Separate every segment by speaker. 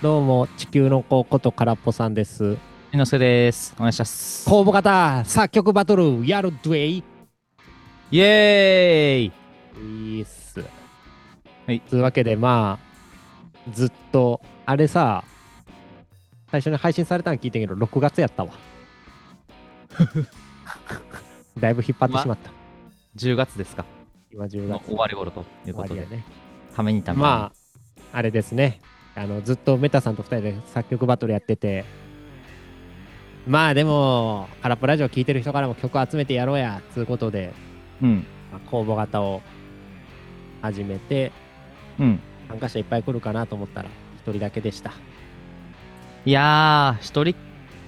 Speaker 1: どうも、地球の子こと空っぽさんです。
Speaker 2: しのすけです。お願いします。
Speaker 1: 公募型作曲バトル、やるドゥ
Speaker 2: イエーイ
Speaker 1: エイいいっす。
Speaker 2: はい
Speaker 1: というわけで、まあ、ずっと、あれさ、最初に配信されたの聞いてんけど、6月や ったわ。だいぶ引っ張ってしまった。
Speaker 2: !10 月ですか
Speaker 1: 今10
Speaker 2: の
Speaker 1: 月
Speaker 2: 終わり頃とい
Speaker 1: 終
Speaker 2: うこ
Speaker 1: わ
Speaker 2: と
Speaker 1: りや
Speaker 2: で、
Speaker 1: ね。
Speaker 2: ためにために。
Speaker 1: まあ、あれですね。あの、ずっとメタさんと二人で作曲バトルやってて、まあでも、空っぽラジオ聴いてる人からも曲集めてやろうや、つうことで、
Speaker 2: うん、
Speaker 1: まあ公募型を始めて、
Speaker 2: うん。
Speaker 1: 参加者いっぱい来るかなと思ったら、一人だけでした。い
Speaker 2: いやー、一人、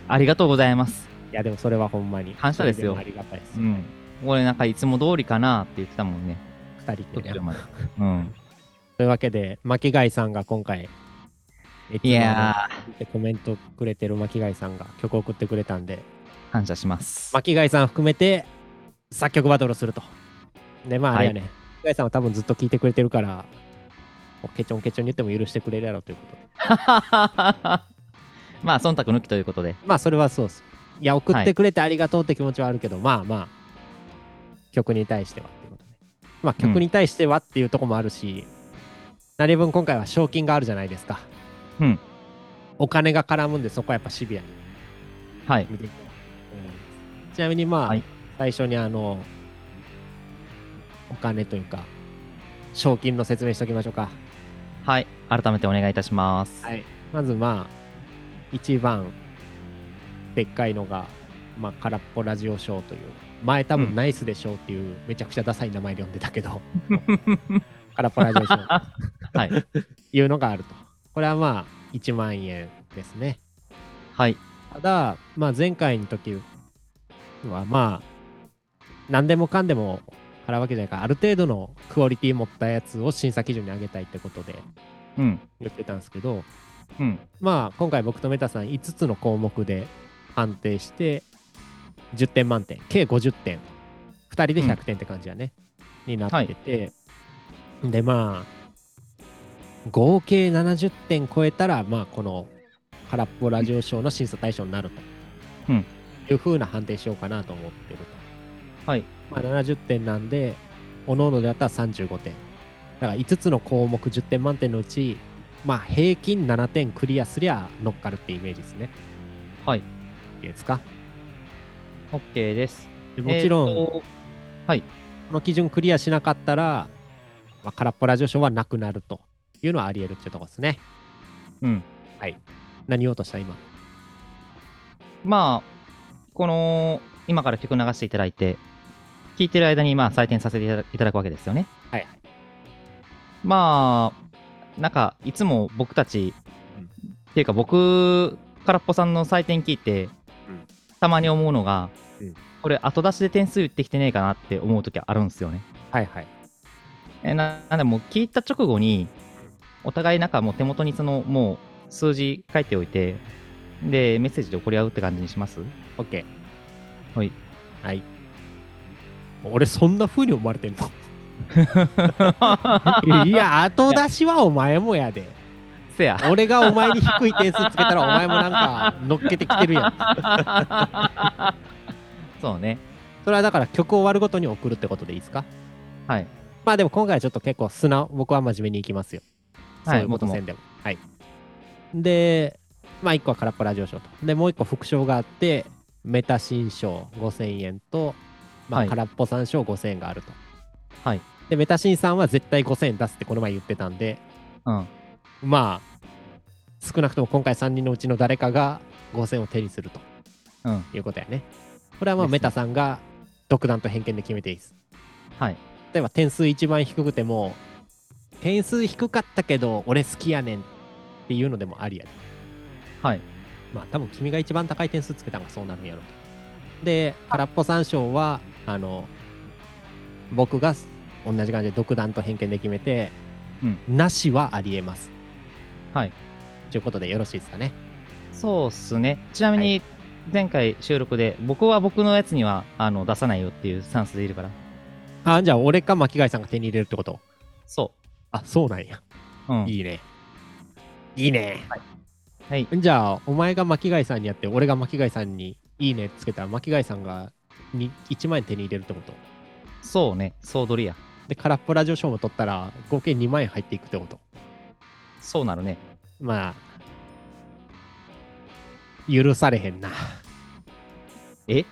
Speaker 2: ありがとうございます。
Speaker 1: や、でもそれはほんまに。
Speaker 2: 感謝ですよ
Speaker 1: それでもありがたいです。
Speaker 2: うん。俺なんかいつも通りかなって言ってたもんね。
Speaker 1: 二人
Speaker 2: 途
Speaker 1: でね
Speaker 2: 中。まで。うん。
Speaker 1: というわけで、巻貝さんが今回、い
Speaker 2: いや
Speaker 1: でコメントくれてる巻貝さんが曲を送ってくれたんで、
Speaker 2: ー、感謝し ます。
Speaker 1: 巻貝さん含めて作曲バトルすると。で、まああれやね、巻貝さんは多分ずっと聴いてくれてるから、もうケチョンケチョンに言っても許してくれるやろうということで。
Speaker 2: まあ、忖度抜きということで。
Speaker 1: まあそれはそうです。いや、送っ
Speaker 2: は
Speaker 1: て
Speaker 2: い
Speaker 1: くれてありがとうって気持ちはあるけど、まあまあ、曲に対してはっていうことね。まあ曲に対してはっていうとこもあるし、何分今回は賞金があるじゃないですか。
Speaker 2: うん。
Speaker 1: お金が絡むんで、そこはやっぱシビアに
Speaker 2: はい。
Speaker 1: 見ていきちなみにまあ、
Speaker 2: はい
Speaker 1: 最初にあの、お金というか、賞金の説明しておきましょうか。
Speaker 2: はい。改めてお願いいたします。
Speaker 1: はい。まずまあ、一番、でっかいのが、まあ、空っぽラジオショーという、前多
Speaker 2: う
Speaker 1: 分
Speaker 2: ん
Speaker 1: ナイスでしょうっていう、めちゃくちゃダサい名前で呼んでたけど、 空っぽラジオショーと
Speaker 2: はい。
Speaker 1: いうのがあると。これはまあ、1万円ですね。
Speaker 2: はい。
Speaker 1: ただ、まあ、前回の時はまあ何でもかんでも払うわけじゃないからある程度のクオリティ持ったやつを審査基準に上げたいってことで
Speaker 2: うん。
Speaker 1: 言ってたんですけど
Speaker 2: うん。
Speaker 1: まあ今回僕とメタさん5つの項目で判定して10点満点計50点2人で100点って感じだね、になってて、でまあ合計70点超えたらまあこの空っぽラジオショーの審査対象になると、
Speaker 2: うん
Speaker 1: いう風な判定しようかなと思ってる
Speaker 2: はい。
Speaker 1: と、まあ、70点なんでおのおのであったら35点だから5つの項目10点満点のうちまあ平均7点クリアすりゃ乗っかるってイメージですね
Speaker 2: はい。
Speaker 1: いいですか
Speaker 2: OK です。
Speaker 1: でもちろん、
Speaker 2: えーと
Speaker 1: この基準クリアしなかったら、まあ、空っぽラジオショーはなくなるというのはあり得るっていうとこですね。
Speaker 2: うん。
Speaker 1: 何言おうとした今。
Speaker 2: まあ、この、今から曲流していただいて、聴いてる間に、まあ、採点させていただいただくわけですよね。
Speaker 1: はいはい。
Speaker 2: まあ、なんか、いつも僕たち、
Speaker 1: うん
Speaker 2: っていうか僕、空っぽさんの採点聞いて、
Speaker 1: うん
Speaker 2: たまに思うのが、
Speaker 1: うん
Speaker 2: これ、後出しで点数言ってきてねえかなって思う時あるんですよね。
Speaker 1: はいはい。
Speaker 2: えーななんでもう聞いた直後にお互いなんかもう手元にそのもう数字書いておいてでメッセージで送り合うって感じにします
Speaker 1: OK。
Speaker 2: はい。
Speaker 1: はい。俺そんな風に思われてんの いや、後出しはお前もやで。
Speaker 2: せや
Speaker 1: 俺がお前に低い点数つけたらお前もなんか乗っけてきてるやん。
Speaker 2: そうね
Speaker 1: それはだから曲を終わるごとに送るってことでいいですか
Speaker 2: はい
Speaker 1: まあでも今回はちょっと結構素直、僕は真面目にいきますよ。
Speaker 2: は
Speaker 1: そ
Speaker 2: い
Speaker 1: ういうこと
Speaker 2: 僕も
Speaker 1: せんでも。はい。で、まあ1個は空っぽラジオショーと。で、もう1個副賞があって、メタ新賞5000円と、ま
Speaker 2: は
Speaker 1: あ
Speaker 2: い
Speaker 1: 空っぽ三賞5000円があると。
Speaker 2: はい。
Speaker 1: で、メタ新さんは絶対5000円出すってこの前言ってたんで、
Speaker 2: うん
Speaker 1: まあ、少なくとも今回3人のうちの誰かが5000円を手にすると
Speaker 2: うん
Speaker 1: いうことやね。これはまあ
Speaker 2: ですね
Speaker 1: メタさんが独断と偏見で決めていいです。
Speaker 2: はい
Speaker 1: 例えば点数一番低くても点数低かったけど俺好きやねんっていうのでもありやで
Speaker 2: はい
Speaker 1: まあ多分君が一番高い点数つけたのがそうなるんやろとで空っぽ三章はあの僕が同じ感じで独断と偏見で決めて、なしはありえます
Speaker 2: はい
Speaker 1: ということでよろしいですかね
Speaker 2: そうっすねちなみに前回収録で僕は僕のやつにはあの出さないよっていうスタンスでいるから
Speaker 1: あじゃあ俺か巻貝さんが手に入れるってこと
Speaker 2: そ
Speaker 1: あそうなんや
Speaker 2: ううん
Speaker 1: いいねいいね
Speaker 2: はい。
Speaker 1: じゃあ、お前が巻貝さんにやって、俺が巻貝さんにいいねつけたら、巻貝さんがに1万円手に入れるってこと。
Speaker 2: そうね、総取りや。
Speaker 1: で、空っぽラジオショーも取ったら、合計2万円入っていくってこと。
Speaker 2: そうなるね。
Speaker 1: まあ、許されへんな。
Speaker 2: え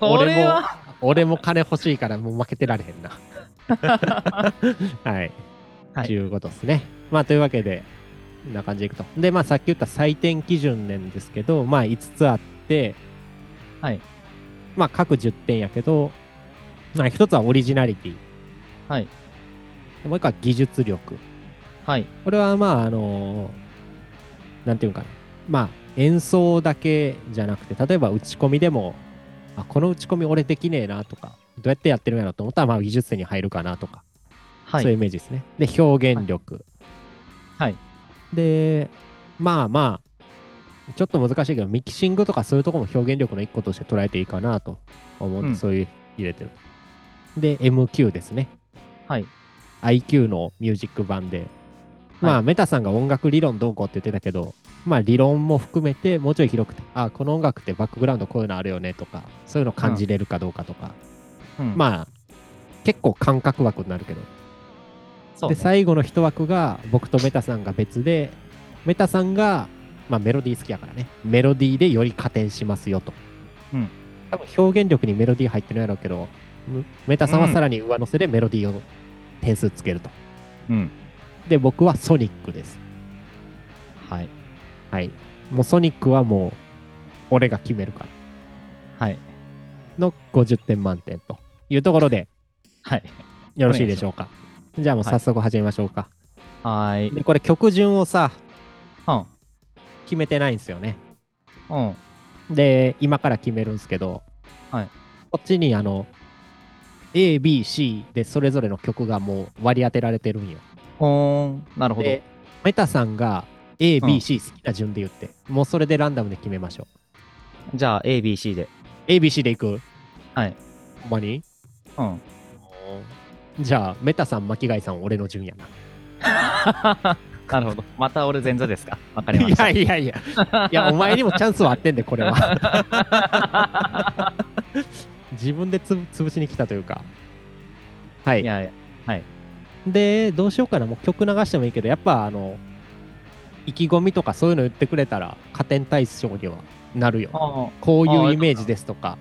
Speaker 2: これは
Speaker 1: 俺も金欲しいから、もう負けてられへんな。はい。
Speaker 2: はい
Speaker 1: ということですね。まあ、というわけで、こんな感じでいくと。で、まあ、さっき言った採点基準なんですけど、まあ、5つあって、
Speaker 2: はい。
Speaker 1: まあ、各10点やけど、まあ、1つはオリジナリティ。
Speaker 2: はい。
Speaker 1: もう1個は技術力。
Speaker 2: はい。
Speaker 1: これはまああのなんていうのかなまあ演奏だけじゃなくて例えば打ち込みでもあこの打ち込み俺できねえなとかどうやってやってるんやろうと思ったらまあ技術点に入るかなとか、
Speaker 2: は
Speaker 1: そういう
Speaker 2: い。
Speaker 1: イメージですねで表現力
Speaker 2: はい
Speaker 1: でまあまあちょっと難しいけどミキシングとかそういうところも表現力の一個として捉えていいかなと思って、
Speaker 2: うん
Speaker 1: そういう入れてるで MQ ですね
Speaker 2: はい。
Speaker 1: IQ のミュージック版で、まあ、
Speaker 2: は
Speaker 1: メタさんが音楽理論どうこうって言ってたけど、まあ、理論も含めて、もうちょい広くて、あ、この音楽ってバックグラウンドこういうのあるよねとか、そういうの感じれるかどうかとか、
Speaker 2: うん
Speaker 1: まあ、結構感覚枠になるけど、
Speaker 2: そう
Speaker 1: で、
Speaker 2: ね
Speaker 1: 最後の一枠が、僕とメタさんが別で、メタさんが、まあ、メロディー好きやからね、メロディーでより加点しますよと。
Speaker 2: うん
Speaker 1: 多分表現力にメロディー入ってるんやろうけど、むメタさんはさらに上乗せでメロディーを点数つけると。
Speaker 2: うん。
Speaker 1: で、僕はソニックです。
Speaker 2: はい。
Speaker 1: はい。もうソニックはもう、俺が決めるから。
Speaker 2: はい。
Speaker 1: の50点満点というところで、
Speaker 2: はい。
Speaker 1: よろしいでしょうか。じゃあもう早速始めましょうか。
Speaker 2: はーい。
Speaker 1: で、これ曲順をさ、
Speaker 2: うん。
Speaker 1: 決めてないんですよね。
Speaker 2: うん。
Speaker 1: で、今から決めるんですけど、
Speaker 2: はい
Speaker 1: こっちにあの、A、B、C でそれぞれの曲がもう割り当てられてるんよ。
Speaker 2: ほーん。なるほど。
Speaker 1: で、メタさんが A、
Speaker 2: う
Speaker 1: B、
Speaker 2: ん
Speaker 1: C 好きな順で言って、もうそれでランダムで決めましょう。
Speaker 2: じゃあ、A、B、C で。
Speaker 1: A、B、C でいく
Speaker 2: はい。
Speaker 1: ほんまに
Speaker 2: うん。
Speaker 1: じゃあ、メタさん、巻貝さん、俺の順やな。
Speaker 2: なるほど。また俺前座ですか。わかりました。
Speaker 1: いやいやいや、いや、お前にもチャンスはあってんで、これは。 自分でつぶ潰しに来たというか。はいい。
Speaker 2: やいや。
Speaker 1: で、どうしようかな、もう曲流してもいいけど、やっぱ、あの、意気込みとかそういうの言ってくれたら、加点対象にはなるよ。
Speaker 2: あ
Speaker 1: こう
Speaker 2: あ
Speaker 1: い
Speaker 2: あ
Speaker 1: うイメージですとか、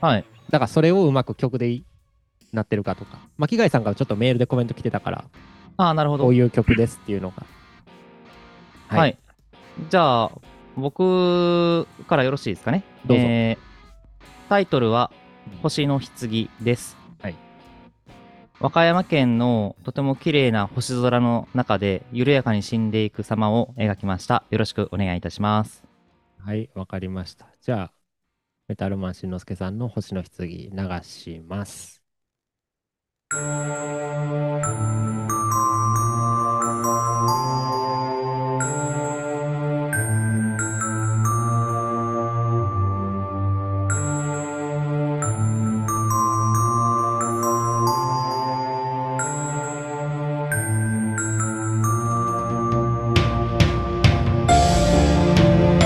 Speaker 2: あ。はい。
Speaker 1: だからそれをうまく曲でいなってるかとか、巻貝さんからちょっとメールでコメント来てたから、
Speaker 2: ああ、なるほど。
Speaker 1: こういう曲ですっていうのが。
Speaker 2: はい、じゃあ、僕からよろしいですかね。
Speaker 1: どうぞ
Speaker 2: えータイトルは、星の棺です。
Speaker 1: はい
Speaker 2: 和歌山県のとても綺麗な星空の中で緩やかに死んでいく様を描きました。よろしくお願いいたします。
Speaker 1: はい、わかりました。じゃあ、メタルマンしんのすけさんの星の棺流します。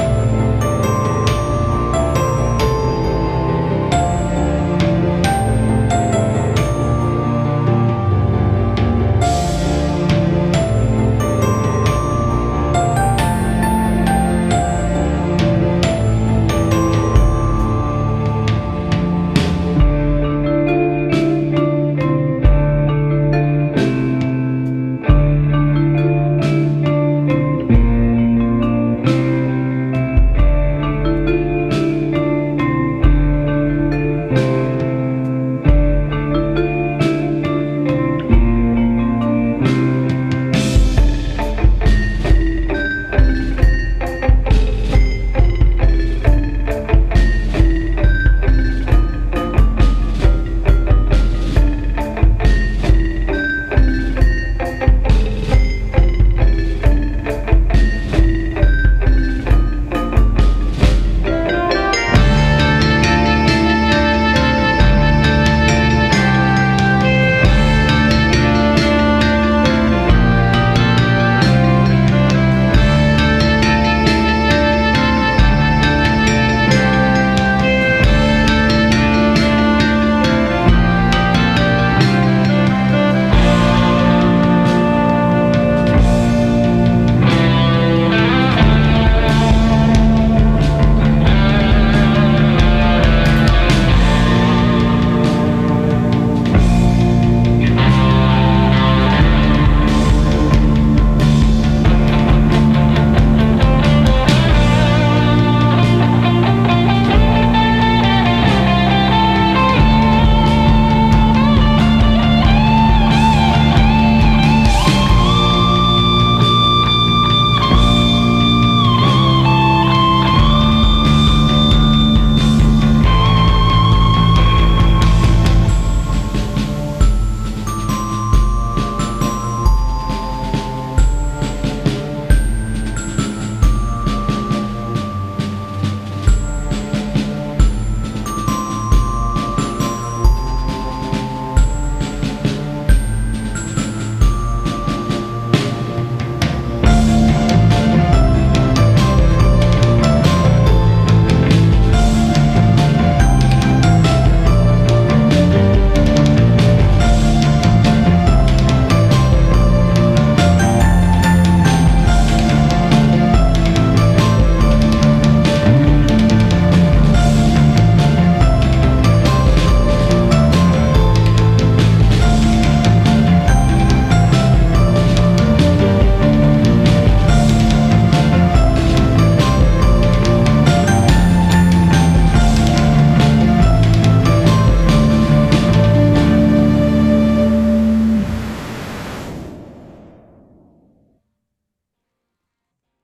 Speaker 3: 「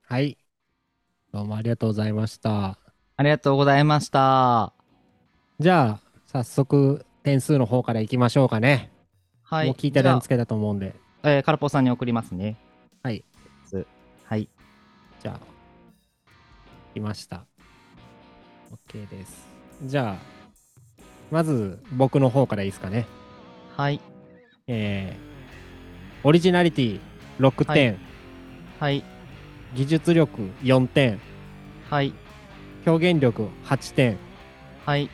Speaker 1: はい。どうもありがとうございました。
Speaker 2: ありがとうございました。
Speaker 1: じゃあ、早速、点数の方からいきましょうかね。
Speaker 2: はい。
Speaker 1: もう聞いた
Speaker 2: じゃ
Speaker 1: 段
Speaker 2: あ
Speaker 1: 付けだと思うんで。
Speaker 2: えー、カラポーさんに送りますね。
Speaker 1: はい。
Speaker 2: はい。
Speaker 1: じゃあ、来ました。OK です。じゃあ、まず僕の方からいいですかね。
Speaker 2: はい。
Speaker 1: えー、オリジナリティ6点、
Speaker 2: はい。
Speaker 1: 技術力4点、
Speaker 2: はい。
Speaker 1: 表現力8点、
Speaker 2: はい。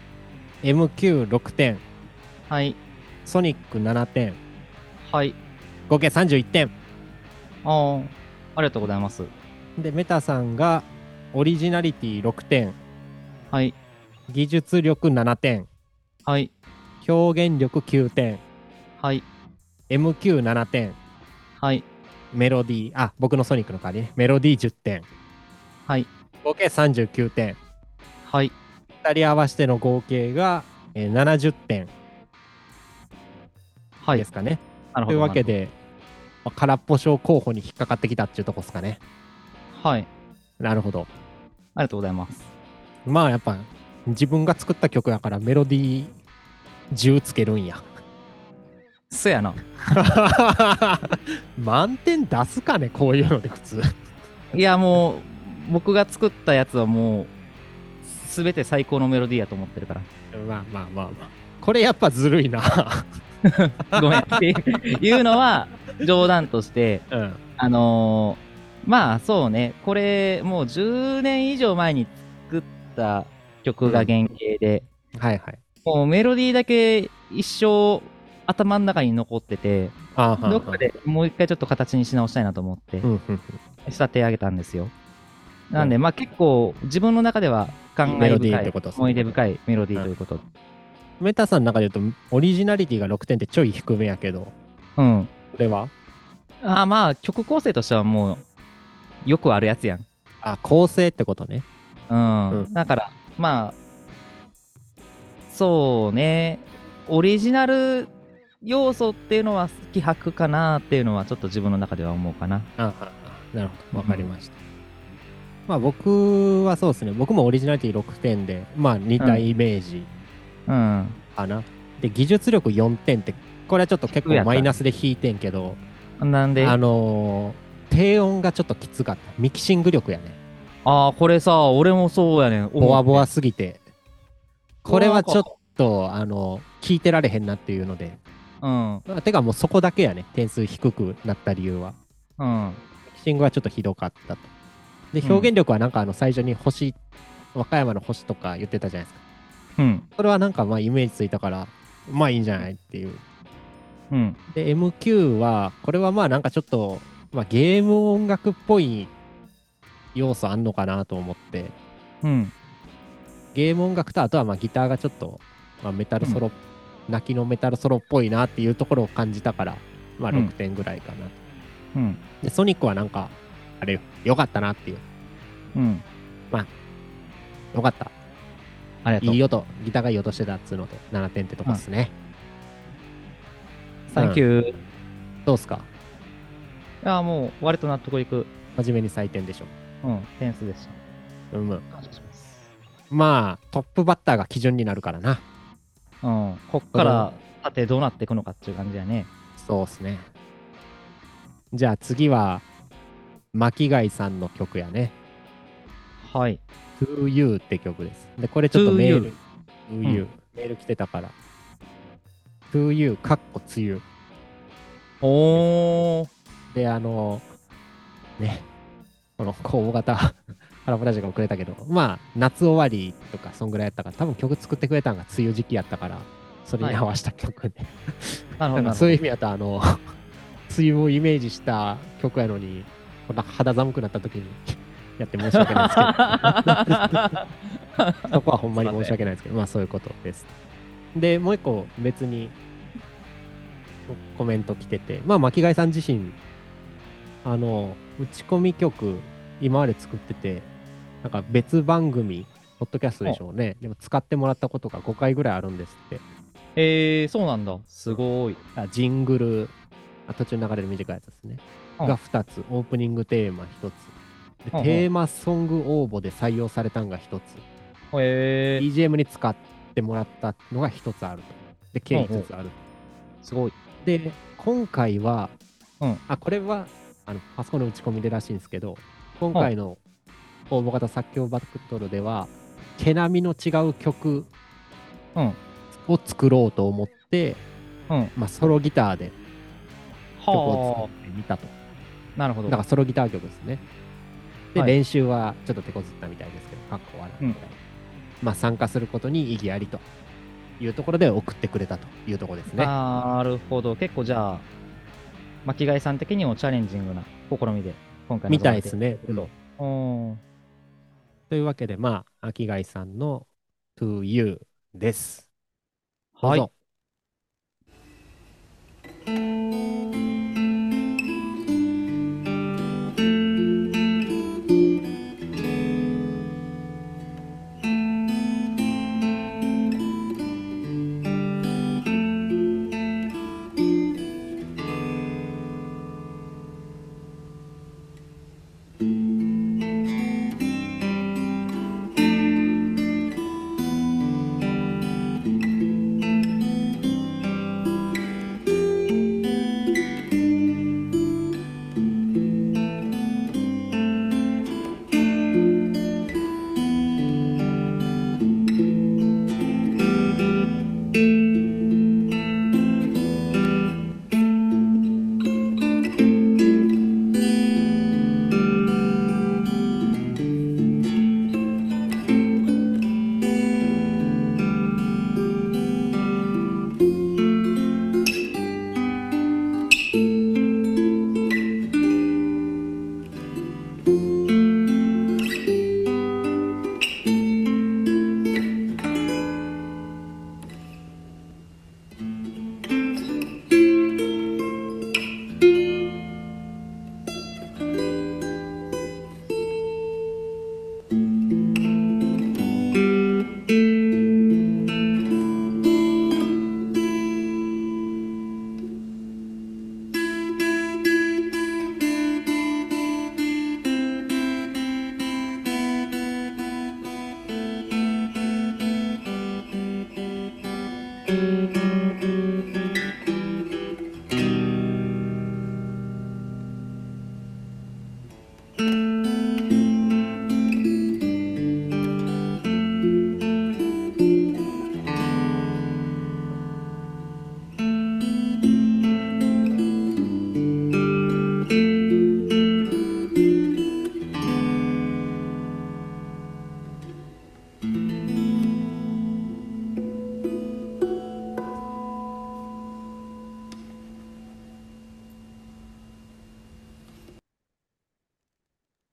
Speaker 1: MQ6 点、
Speaker 2: はい。
Speaker 1: ソニック7点、
Speaker 2: はい。
Speaker 1: 合計31点。
Speaker 2: あーありがとうございます。
Speaker 1: で、メタさんがオリジナリティ6点、
Speaker 2: はい。
Speaker 1: 技術力7点、
Speaker 2: はい。
Speaker 1: 表現力9点、
Speaker 2: はい。
Speaker 1: MQ7 点、
Speaker 2: はい。
Speaker 1: メロディー、あ、僕のソニックの代わりね、メロディー10点、
Speaker 2: はい。
Speaker 1: 合計39点、
Speaker 2: はい。
Speaker 1: 2人合わせての合計が、えー70点
Speaker 2: はい。
Speaker 1: ですかね。
Speaker 2: なる
Speaker 1: と
Speaker 2: ほど。
Speaker 1: いうわけで、まあ空っぽ賞候補に引っかかってきたっていうとこですかね。
Speaker 2: なるほど。はい。
Speaker 1: なるほど。
Speaker 2: ありがとうございます。
Speaker 1: まあやっぱ、自分が作った曲やからメロディー10つけるんや。
Speaker 2: そやな。
Speaker 1: 満点出すかね、こういうので普通。
Speaker 2: いや、もう、僕が作ったやつはもう、すべて最高のメロディーやと思ってるから。
Speaker 1: まあまあまあまあ。これやっぱずるいな。
Speaker 2: ごめん。 っていうのは、冗談として、
Speaker 1: うん。
Speaker 2: あのーまあそうね、これもう10年以上前に作った曲が原型で、
Speaker 1: はいはい。
Speaker 2: もうメロディーだけ一生頭の中に残ってて、
Speaker 1: あーはーはー
Speaker 2: どっか。でもう一回ちょっと形にし直したいなと思って
Speaker 1: う、んうん
Speaker 2: 仕立て上げたんですよ。なんで、まあ結構自分の中では感
Speaker 1: メロ
Speaker 2: 慨
Speaker 1: ディー
Speaker 2: 深
Speaker 1: って
Speaker 2: い
Speaker 1: ことですね
Speaker 2: 思い出深いメロディーということ。
Speaker 1: メタさんの中で言うと、オリジナリティが6点ってちょい低めやけど、こ
Speaker 2: うん。
Speaker 1: れは
Speaker 2: あまあ曲構成としてはもうよくあるやつやん。
Speaker 1: あ、構成ってことね。
Speaker 2: う
Speaker 1: うん
Speaker 2: ん、だから、まあ、そうね、オリジナル要素っていうのは希薄かなっていうのは、ちょっと自分の中では思うかな。
Speaker 1: ああなるほど。わかりました。まあ僕はそうですね。僕もオリジナリティ6点で、まあ似たイメージ
Speaker 2: うん、
Speaker 1: かな。で、技術力4点って、これはちょっと結構マイナスで引いてんけど、
Speaker 2: なんで、
Speaker 1: あ
Speaker 2: あ
Speaker 1: のー低音がちょっときつかった。ミキシング力やね。
Speaker 2: あー、これさ、俺もそうやねん。
Speaker 1: ボワボ
Speaker 2: ワ。
Speaker 1: ワすぎて。これはちょっと、あのー聞いてられへんなっていうので。
Speaker 2: うん、
Speaker 1: まあてかもうそこだけやね。点数低くなった理由は。
Speaker 2: うん、
Speaker 1: ミキシングはちょっとひどかったと。で、
Speaker 2: うん
Speaker 1: 表現力はなんかあの最初に星、和歌山の星とか言ってたじゃないですか。
Speaker 2: うん、
Speaker 1: それはなんかまあイメージついたから、まあいいんじゃないっていう。
Speaker 2: うん、
Speaker 1: で、MQ は、これはまあなんかちょっと、まあゲーム音楽っぽい要素あんのかなと思って、
Speaker 2: うん、
Speaker 1: ゲーム音楽とあとはまあギターがちょっと、まあ、メタルソロ、泣きのメタルソロっぽいなっていうところを感じたから、まあ
Speaker 2: うん
Speaker 1: 6点ぐらいかな。
Speaker 2: うん、
Speaker 1: で、ソニックはなんか、あれよ、よかったなっていう。
Speaker 2: うん。
Speaker 1: よかった。
Speaker 2: ありがとう。
Speaker 1: いい音、ギターがいい音してたっつうので、7点ってとこっすね。
Speaker 2: サンキュー。い
Speaker 1: どうっすか
Speaker 2: や、もう、割と納得いく、
Speaker 1: 真面目に採点でしょ。
Speaker 2: うん、点数でし
Speaker 1: うんうん。
Speaker 2: た。感謝します。
Speaker 1: まあ、トップバッターが基準になるからな。
Speaker 2: うん、こっから、さてどうなっていくのかっていう感じやね。
Speaker 1: そうっすね。じゃあ次は、巻貝さんの曲やね。
Speaker 2: はい。
Speaker 1: To You って曲です。で、これちょっとメール、To You,
Speaker 2: う
Speaker 1: メール来てたから。To You、かっこ梅雨。
Speaker 2: おー。
Speaker 1: で、あの、ね、この、こう、大型、 ハラブラジが遅れたけど、まあ、夏終わりとか、そんぐらいやったから、多分曲作ってくれたのが梅雨時期やったから、それに合わせた曲で、
Speaker 2: なるほ
Speaker 1: な
Speaker 2: ど
Speaker 1: ん
Speaker 2: な
Speaker 1: か
Speaker 2: るほ
Speaker 1: そう
Speaker 2: ど。
Speaker 1: いう意味やと、あの、 梅雨をイメージした曲やのに、こんな肌寒くなった時に やって申し訳ないですけ ど、そこはほんまに申し訳ないですけど、まあそういうことです。で、もう一個別にコメント来てて、まあ巻貝さん自身、あの、打ち込み曲、今まで作ってて、なんか別番組、ポッドキャストでしょうね。でも使ってもらったことが5回ぐらいあるんですって。
Speaker 2: えー、そうなんだ。すごい。
Speaker 1: あジングルあ途中流れる短いやつですね。
Speaker 2: うん
Speaker 1: が2つ、オープニングテーマ1つ、で
Speaker 2: ほうほう
Speaker 1: テーマソング応募で採用されたんが一つ、
Speaker 2: へえ
Speaker 1: BGM に使ってもらったのが一つあると。で、計一つある。
Speaker 2: すごい。
Speaker 1: で、今回は、
Speaker 2: うん
Speaker 1: あ、これはあのパソコンの打ち込みでらしいんですけど、今回の応募型作曲バトルでは、毛並みの違う曲
Speaker 2: うん。は
Speaker 1: を作ろうと思って、
Speaker 2: うん
Speaker 1: まあ、ソロギターで曲を
Speaker 2: あ
Speaker 1: 作ってみたと。
Speaker 2: なるほど。
Speaker 1: だからソロギター曲ですね。で、
Speaker 2: はい
Speaker 1: 練習はちょっと手こずったみたいですけど、かっこ悪いみたいな。まあ、参加することに意義ありというところで送ってくれたというところですね。
Speaker 2: なるほど。結構じゃあ、巻貝さん的にもチャレンジングな試みで、今回
Speaker 1: みたいです
Speaker 2: ね。
Speaker 1: ね。うん
Speaker 2: うん
Speaker 1: というわけで、まあ、秋貝さんの To You です。
Speaker 2: はい
Speaker 1: どうぞ。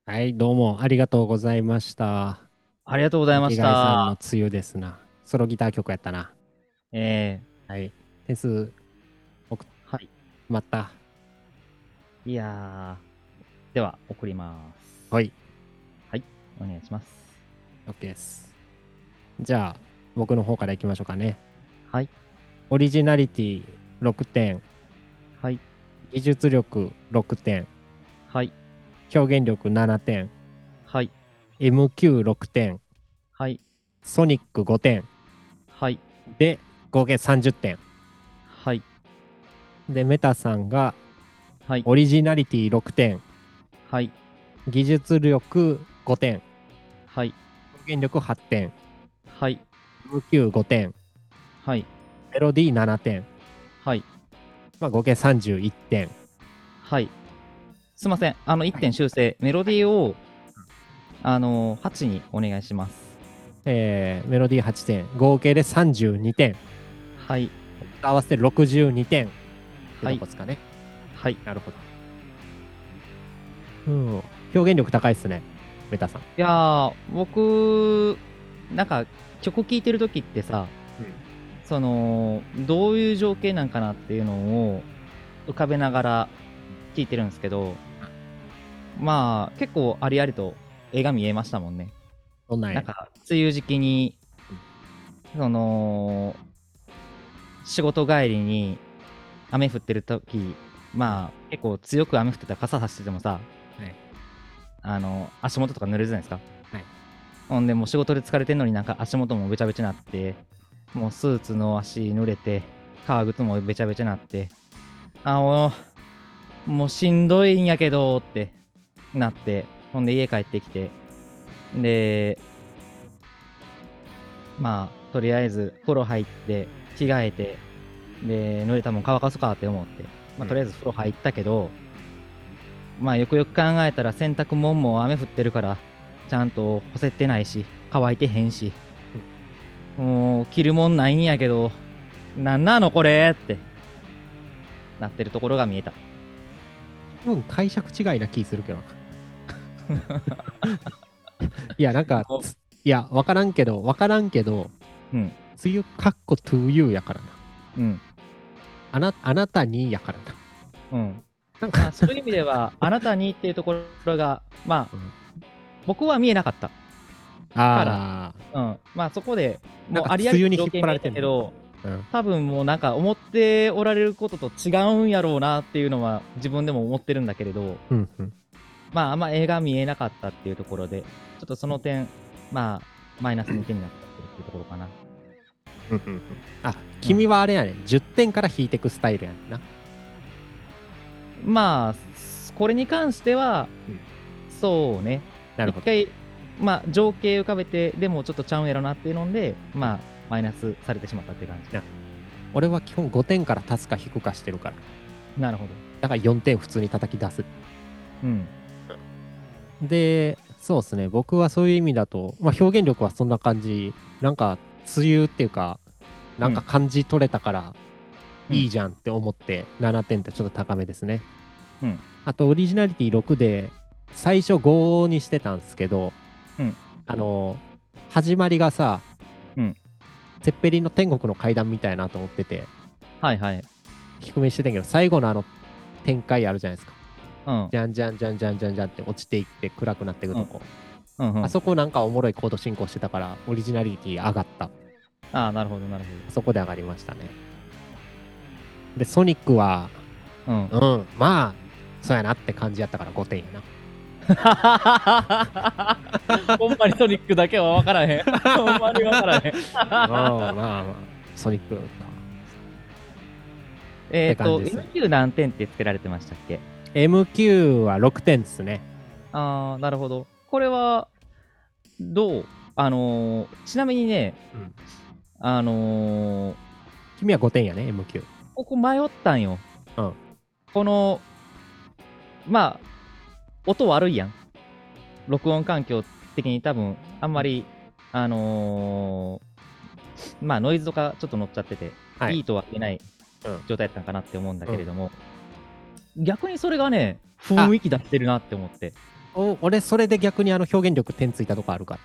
Speaker 1: はい、どうもありがとうございました。
Speaker 2: ありがとうございまし
Speaker 1: 秋貝さんの
Speaker 2: た。
Speaker 1: 梅雨ですな。ソロギター曲やったな。
Speaker 2: え
Speaker 1: はい。点数、
Speaker 2: えはい。
Speaker 1: まった。
Speaker 2: いやー。では、送ります。
Speaker 1: はい。
Speaker 2: お願いします。
Speaker 1: OK です。じゃあ、僕の方からいきましょうかね。
Speaker 2: はい。
Speaker 1: オリジナリティ6点、
Speaker 2: はい。
Speaker 1: 技術力6点、
Speaker 2: はい。
Speaker 1: 表現力7点、
Speaker 2: はい。
Speaker 1: MQ6 点、
Speaker 2: はい。
Speaker 1: ソニック5点
Speaker 2: はい。
Speaker 1: で合計30点。
Speaker 2: はい。
Speaker 1: で、メタさんが
Speaker 2: はい。
Speaker 1: オリジナリティ6点、
Speaker 2: はい。
Speaker 1: 技術力5点、
Speaker 2: はい。
Speaker 1: 表現力8点、
Speaker 2: はい。
Speaker 1: MQ5 点、
Speaker 2: はい。
Speaker 1: メロディー7点、
Speaker 2: はい。
Speaker 1: まあ、合計31点。
Speaker 2: はい。すいません。あの、1点修正。メロディーを、あのー、8にお願いします。
Speaker 1: えーメロディー8点、合計で32点、
Speaker 2: はい。
Speaker 1: 合わせて62点って
Speaker 2: は
Speaker 1: と
Speaker 2: い
Speaker 1: こ。ですかね。
Speaker 2: はい。
Speaker 1: なるほど。うん、表現力高いですね、メタさん。
Speaker 2: いやー、僕、なんか、曲聴いてる時ってさ、
Speaker 1: うん
Speaker 2: その、どういう情景なんかなっていうのを浮かべながら聴いてるんですけど、まあ、結構ありありと絵が見えましたもんね。
Speaker 1: どんなんや
Speaker 2: なんか、梅雨時期に、その、仕事帰りに雨降ってる時まあ、結構強く雨降ってたら傘差しててもさ、
Speaker 1: はい
Speaker 2: あの足元とか濡れるじゃないですか、
Speaker 1: はい
Speaker 2: ほんでもう仕事で疲れてんのになんか足元もべちゃべちゃなってもうスーツの足濡れて革靴もべちゃべちゃなってあもうもうしんどいんやけどってなってほんで家帰ってきてでまあとりあえず風呂入って着替えてで濡れたもん乾かすかって思って、ま
Speaker 1: う
Speaker 2: あ、
Speaker 1: ん
Speaker 2: とりあえず風呂入ったけど、まあよくよく考えたら洗濯物も雨降ってるからちゃんと干せてないし乾いてへんし、もう着るもんないんやけどなんなのこれってなってるところが見えた
Speaker 1: 多分解釈違いな気するけど ないやなん かついや分からんけど分からんけど
Speaker 2: うん
Speaker 1: 梅雨かっこ to you やからな
Speaker 2: うん
Speaker 1: あなあなたにやからな
Speaker 2: うん
Speaker 1: なん
Speaker 2: ま
Speaker 1: か
Speaker 2: あそういう意味ではあなたにっていうところがまあ、
Speaker 1: うん
Speaker 2: 僕は見えなかった
Speaker 1: あ
Speaker 2: うんまあそこで
Speaker 1: な
Speaker 2: も
Speaker 1: ん
Speaker 2: う
Speaker 1: か
Speaker 2: ありあり
Speaker 1: 梅雨に
Speaker 2: 条件
Speaker 1: 引っ張られてんの
Speaker 2: 見えたけど
Speaker 1: あ、うん、
Speaker 2: 多分もうなんか思っておられることと違うんやろうなっていうのは自分でも思ってるんだけれど
Speaker 1: うんうん
Speaker 2: まああんま映画見えなかったっていうところでちょっとその点まあマイナス2点になったっていうところかな
Speaker 1: うんうんうんあ君はあれやね、ん、10点から引いてくスタイルやねんな
Speaker 2: まあこれに関しては、
Speaker 1: うん
Speaker 2: そうね
Speaker 1: なるほ
Speaker 2: 一
Speaker 1: ど
Speaker 2: 回まあ情景浮かべてでもちょっとちゃうんやろなっていうのでまあマイナスされてしまったっていう感じ
Speaker 1: 俺は基本5点から足すか引くかしてるから
Speaker 2: なるほど
Speaker 1: だから4点普通に叩き出す
Speaker 2: うん
Speaker 1: でそうですね僕はそういう意味だと、まあ、表現力はそんな感じなんか梅雨っていうかなんか感じ取れたから
Speaker 2: うん
Speaker 1: いいじゃんって思って7点ってちょっと高めですね、
Speaker 2: うん
Speaker 1: あとオリジナリティ6で最初5にしてたんですけど、
Speaker 2: うん
Speaker 1: あの始まりがさ、
Speaker 2: うん
Speaker 1: セッペリンの天国の階段みたいなと思ってて
Speaker 2: はいはい
Speaker 1: 低めにしてたんやけど最後のあの展開あるじゃないですか
Speaker 2: うん
Speaker 1: じゃんじゃんじゃんじゃんじゃんじゃんって落ちていって暗くなっていくとこ、
Speaker 2: うんうん
Speaker 1: あそこなんかおもろいコード進行してたから、オリジナリティ上がった。
Speaker 2: ああなるほどなる
Speaker 1: あそこで上がりましたね。で、ソニックは、
Speaker 2: ほどうん
Speaker 1: うん、まあ、そうやなって感じやったから5点やな。
Speaker 2: ほんまにトニックだけは分から へん。ほんまに分からへん。
Speaker 1: まあまあまあ、ソニックか。
Speaker 2: えっと、
Speaker 1: って感
Speaker 2: MQ 何点ってつけられてましたっけ
Speaker 1: MQ は6点ですね。
Speaker 2: ああ、なるほど。これは、どうあのーちなみにね、
Speaker 1: うん
Speaker 2: あのー
Speaker 1: 君は5点やね、MQ。
Speaker 2: ここ迷ったんよ。
Speaker 1: うん
Speaker 2: この、まあ、音悪いやん。録音環境的に多分、あんまり、あのーまあ、ノイズとかちょっと乗っちゃってて、、
Speaker 1: はいい
Speaker 2: いとは言えない
Speaker 1: うん
Speaker 2: 状態だったのかなって思うんだけれども、逆にそれがね、雰囲気出してるなって思って。
Speaker 1: お俺、それで逆にあの表現力点ついたとこあるから。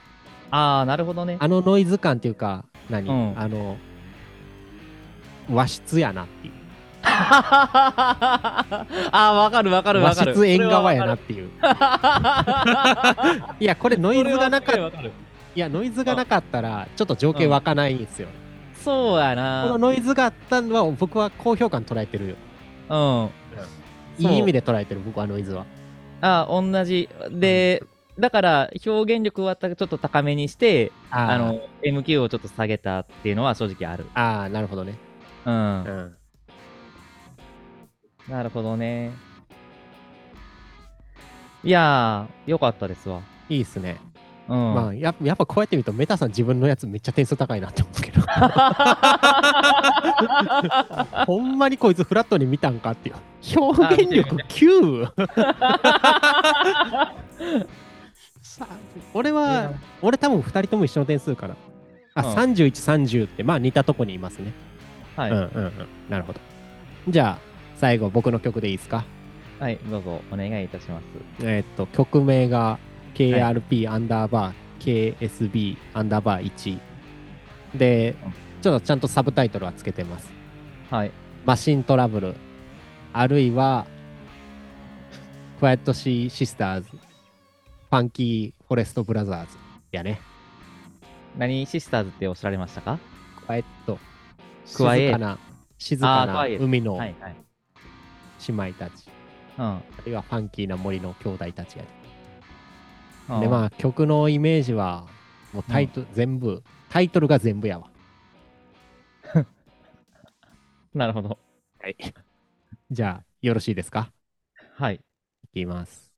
Speaker 2: ああー、なるほどね。
Speaker 1: あのノイズ感っていうか、何、
Speaker 2: うん
Speaker 1: あの、和室やなっていう。
Speaker 2: あ あー、わかるわかる
Speaker 1: 和
Speaker 2: わかる。
Speaker 1: 室縁側やなっ
Speaker 2: そ
Speaker 1: ていう。
Speaker 2: れはわかる。
Speaker 1: いや、これノイズがなかった
Speaker 2: それはすげえわかる。
Speaker 1: いや、ノイズがなかったら、ちょっと情景湧かないんですよ。
Speaker 2: そうや
Speaker 1: この
Speaker 2: な。
Speaker 1: ノイズがあったのは、僕は高評価に捉えてるよ。
Speaker 2: うん。そう
Speaker 1: いい意味で捉えてる、僕はノイズは。
Speaker 2: あ、同じ。で、だから表現力はたちょっと高めにして、
Speaker 1: あー
Speaker 2: あの、MQ をちょっと下げたっていうのは正直ある。
Speaker 1: あー、なるほどね。
Speaker 2: う。
Speaker 1: うんん。
Speaker 2: なるほどね。いやー、よかったですわ。
Speaker 1: いいっすね。
Speaker 2: うん。
Speaker 1: まあや、やっぱこうやって見ると、メタさん自分のやつめっちゃ点数高いなって思うけ ど。ほんまにこいつフラットに見たんかっていう。表現力 9! さ俺は、俺多分2人とも一緒の点数かな。あ、
Speaker 2: うん
Speaker 1: 31、30って、まあ似たとこにいますね。
Speaker 2: はい、
Speaker 1: うんうんうん。なるほど。じゃあ、最後、僕の曲でいいですか。
Speaker 2: はい、どうぞお願いいたします。
Speaker 1: えーっと、曲名が KRP アンダーバー KSB アンダーバー1。で
Speaker 2: うん、
Speaker 1: ちょっとちゃんとサブタイトルはつけてます。
Speaker 2: はい。
Speaker 1: マシントラブル、あるいは、クワイエットシーシスターズ、ファンキーフォレストブラザーズやね。
Speaker 2: 何シスターズっておっしゃられましたか
Speaker 1: クワイエット、
Speaker 2: クワイエ
Speaker 1: 静
Speaker 2: ッ
Speaker 1: か
Speaker 2: ト
Speaker 1: な、静か
Speaker 2: あーク
Speaker 1: な
Speaker 2: ワイエット
Speaker 1: 海の
Speaker 2: は
Speaker 1: 姉
Speaker 2: いはい。
Speaker 1: 妹たち、
Speaker 2: うん。
Speaker 1: あるいはファンキーな森の兄弟たちやね。
Speaker 2: あ
Speaker 1: でまあ曲のイメージはもうタイトル、全部タイトルが全部やわ
Speaker 2: なるほど。
Speaker 1: じゃあよろしいですか
Speaker 2: はい。
Speaker 1: いきます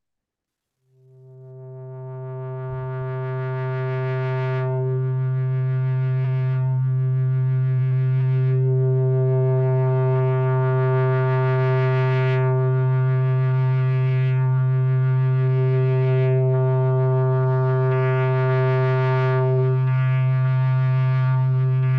Speaker 2: あ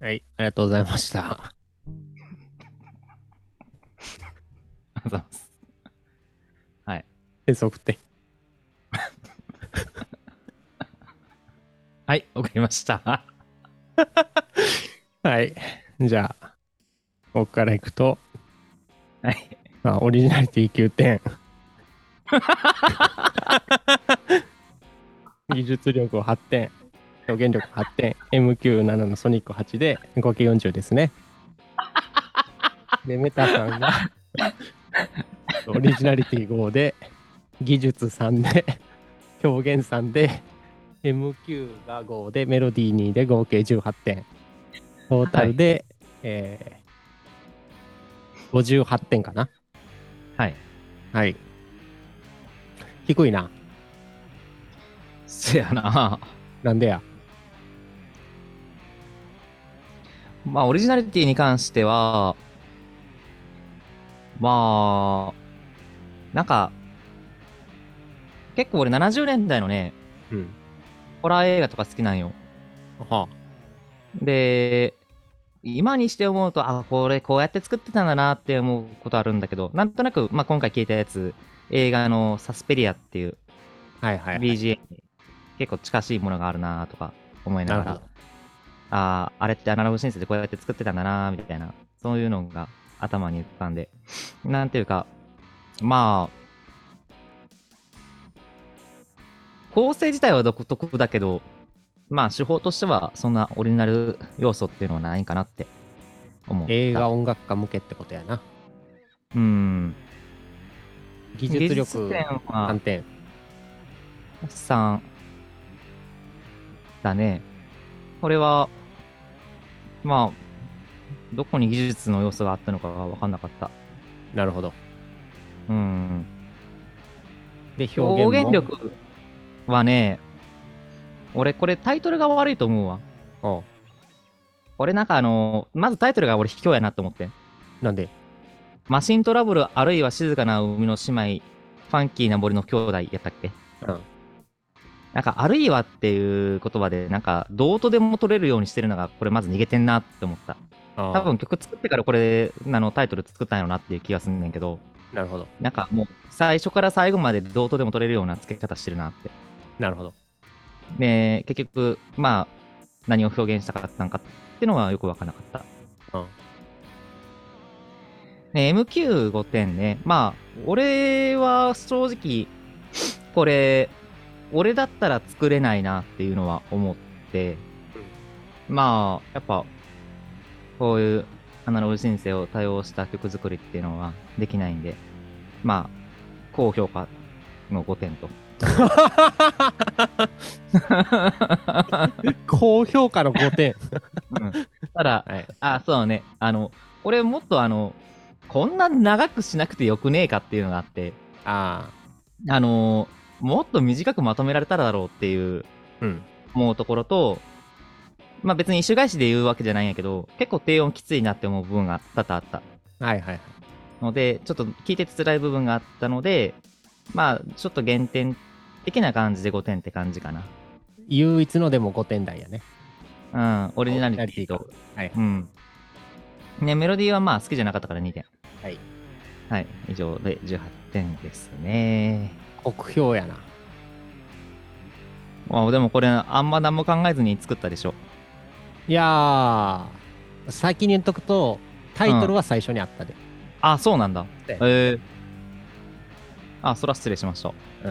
Speaker 1: はい、ありがとうございま した。
Speaker 2: ありがとうございます。
Speaker 1: 変則って。
Speaker 2: はい、わかり ました。
Speaker 1: はい。じゃあ、僕からいくと、
Speaker 2: はい。
Speaker 1: まあ、オリジナリティ9点。技術力を8点、表現力8点、MQ7 のソニック8で合計40ですね。で、メタさんがオリジナリティ5で、技術3で、表現3で、MQ が5で、メロディー2で合計18点。トータルで、えー58点かな。
Speaker 2: はい。
Speaker 1: はい。低いな。
Speaker 2: せやな。
Speaker 1: なんでや。
Speaker 2: まあ、オリジナリティに関しては、まあ、なんか、結構俺70年代のね、
Speaker 1: うん。
Speaker 2: ホラー映画とか好きなんよ。
Speaker 1: は
Speaker 2: で、今にして思うと、あ、これこうやって作ってたんだなって思うことあるんだけど、なんとなく、まあ今回聞いたやつ、映画のサスペリアっていう
Speaker 1: あ、はいはい、はい。
Speaker 2: BGM に結構近しいものがあるなとか思いな
Speaker 1: な
Speaker 2: が
Speaker 1: る
Speaker 2: ら
Speaker 1: ほ、
Speaker 2: ああ、あれってアナログシンセでこうやって作ってたんだなみたいな、そういうのが頭に浮かんで、なんていうか、まあ、構成自体は独特だけど、まあ手法としてはそんなオリジナル要素っていうのはないかなって思う。
Speaker 1: 映画音楽家向けってことやな。
Speaker 2: うん。
Speaker 1: 技術力
Speaker 2: 点は
Speaker 1: 3点。
Speaker 2: 3だね。これは、まあ、どこに技術の要素があったのかが分かんなかった。
Speaker 1: なるほど。
Speaker 2: うん。
Speaker 1: で、表現も
Speaker 2: 表現。力はね、俺これタイトルが悪いと思うわ。
Speaker 1: おう
Speaker 2: 俺なんかあの、まずタイトルが俺卑怯やなと思って。
Speaker 1: なんで
Speaker 2: マシントラブルあるいは静かな海の姉妹、ファンキーな森の兄弟やったっけ
Speaker 1: うん。
Speaker 2: なんか、あるいはっていう言葉で、なんか、どうとでも取れるようにしてるのが、これまず逃げてんなって思った。
Speaker 1: あー
Speaker 2: 多分曲作ってからこれ、あの、タイトル作ったんやろなっていう気がすんねんけど、
Speaker 1: なるほど。
Speaker 2: なんかもう、最初から最後までどうとでも取れるような付け方してるなって。
Speaker 1: なるほ ど。
Speaker 2: で、結局、まあ、何を表現したかったのかっていうのはよくわからなかった。
Speaker 1: うん
Speaker 2: ね MQ5 点ね。まあ、俺は正直、これ、俺だったら作れないなっていうのは思って、まあ、やっぱ、こういうアナログ人生を多用した曲作りっていうのはできないんで、まあ、高評価の5点と。
Speaker 1: 高評価の5点。
Speaker 2: ただ、
Speaker 1: はい。
Speaker 2: あ、そうね。あの、俺もっとあの、こんな長くしなくてよくねえかっていうのがあって、
Speaker 1: ああ。
Speaker 2: あの、もっと短くまとめられたらだろうっていう
Speaker 1: うん。
Speaker 2: 思うところと、まあ別に一種返しで言うわけじゃないんやけど、結構低音きついなって思う部分が多々あった
Speaker 1: はいはいはい。
Speaker 2: ので、ちょっと聞いてて辛い部分があったので、まあちょっと減点的な感じで5点って感じかな。
Speaker 1: 唯一のでも5点台やね。
Speaker 2: うん、オリジナリティ
Speaker 1: オ
Speaker 2: と
Speaker 1: リ。はいはい
Speaker 2: うん。ね、メロディーはまあ好きじゃなかったから2点。
Speaker 1: はい。
Speaker 2: はい、以上で18点ですね。
Speaker 1: 酷評やな。
Speaker 2: まあでもこれ、あんま何も考えずに作ったでしょ。
Speaker 1: いやー、先に言っとくと、タイトルは最初にあったで。
Speaker 2: あ、そうなんだ。
Speaker 1: で
Speaker 2: ええあ、そら失礼しました。
Speaker 1: う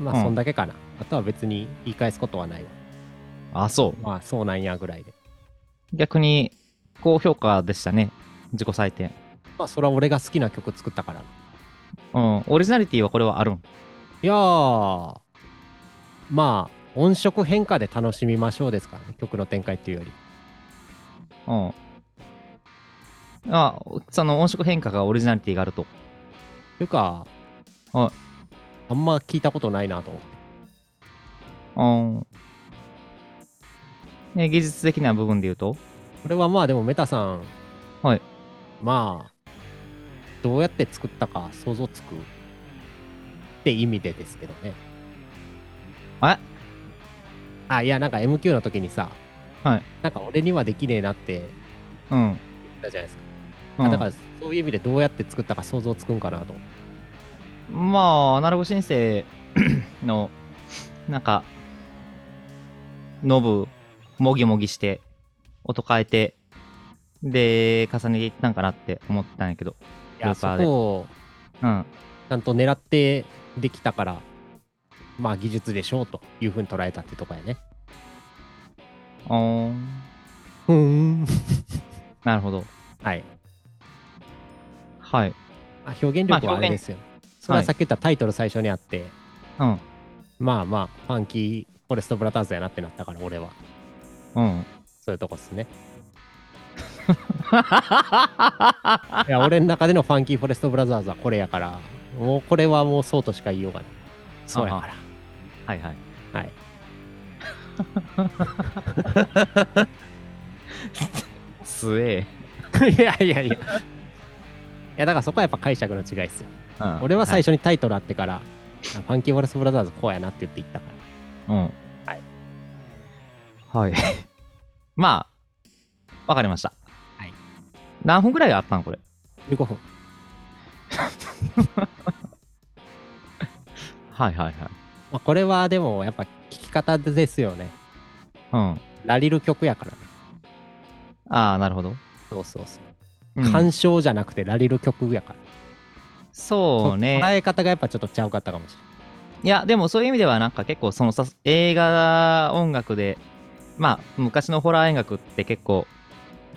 Speaker 1: ん。まあ、
Speaker 2: うん
Speaker 1: そんだけかな。あとは別に言い返すことはないわ。
Speaker 2: あ、そう。
Speaker 1: まあ、そうなんやぐらいで。
Speaker 2: 逆に、高評価でしたね。自己採点。
Speaker 1: まあ、それは俺が好きな曲作ったからな。
Speaker 2: うん、オリジナリティはこれはあるん。
Speaker 1: いやーまあ音色変化で楽しみましょうですからね曲の展開っていうより
Speaker 2: うん。あ、その音色変化がオリジナリティがあると。
Speaker 1: というか
Speaker 2: はい
Speaker 1: あんま聞いたことないなと思って
Speaker 2: うん。え、技術的な部分で言うと
Speaker 1: これはまあでもメタさん
Speaker 2: はい
Speaker 1: まあどうやって作ったか想像つくって意味でですけどね
Speaker 2: え
Speaker 1: あいやなんか MQ の時にさ
Speaker 2: はい
Speaker 1: なんか俺にはできねえなって
Speaker 2: うん。うん
Speaker 1: 言ったじゃないですか、あだからそういう意味でどうやって作ったか想像つくんかなと
Speaker 2: まあ、アナログ申請 の、なんか、ノブ、もぎもぎして、音変えて、で、重ねていったんかなって思ったんやけど。
Speaker 1: いや
Speaker 2: ルーパ
Speaker 1: そ
Speaker 2: ーで
Speaker 1: こを
Speaker 2: うん。
Speaker 1: ちゃんと狙ってできたからまあ技術でしょうというふうに捉えたってとこやね
Speaker 2: おーん
Speaker 1: うん
Speaker 2: なるほど。
Speaker 1: はい
Speaker 2: はい。
Speaker 1: あ表現力
Speaker 2: まあ
Speaker 1: はあれ
Speaker 2: 表
Speaker 1: で
Speaker 2: 現
Speaker 1: すよ、それは
Speaker 2: はい
Speaker 1: さっき言ったタイトル最初にあって、
Speaker 2: うん。
Speaker 1: まあまあファンキーフォレストブラザーズやなってなったから俺は
Speaker 2: うん。
Speaker 1: そういうとこっすねいや俺の中でのファンキーフォレストブラザーズはこれやからもうこれはもうそうとしか言いようがないそうやから
Speaker 2: はいはい。
Speaker 1: はい。
Speaker 2: すえ。
Speaker 1: いやいやいや。いやだからそこはやっぱ解釈の違いですよ。
Speaker 2: うん
Speaker 1: 俺は最初にタイトルあってから、あファンキー・ボレス・ブラザーズこうやなって言って言ったから。
Speaker 2: うん。
Speaker 1: はい。
Speaker 2: はい。 まあ、わかりました。
Speaker 1: はい。
Speaker 2: 何分くらいあったんこれ。
Speaker 1: 15分。
Speaker 2: はいはい
Speaker 1: まあ、これはでもやっぱ聞き方ですよね。
Speaker 2: はい。うん。
Speaker 1: ラリル曲やからな。
Speaker 2: ああ、なるほど。
Speaker 1: そうそうそう。
Speaker 2: うん
Speaker 1: 鑑賞じゃなくてラリル曲やから。
Speaker 2: そうね。
Speaker 1: 捉え方がやっぱちょっとちゃうかったかもし
Speaker 2: いや、でもそういう意味では、なんか結構そのさ映画音楽で、まあ、昔のホラー音楽って結構、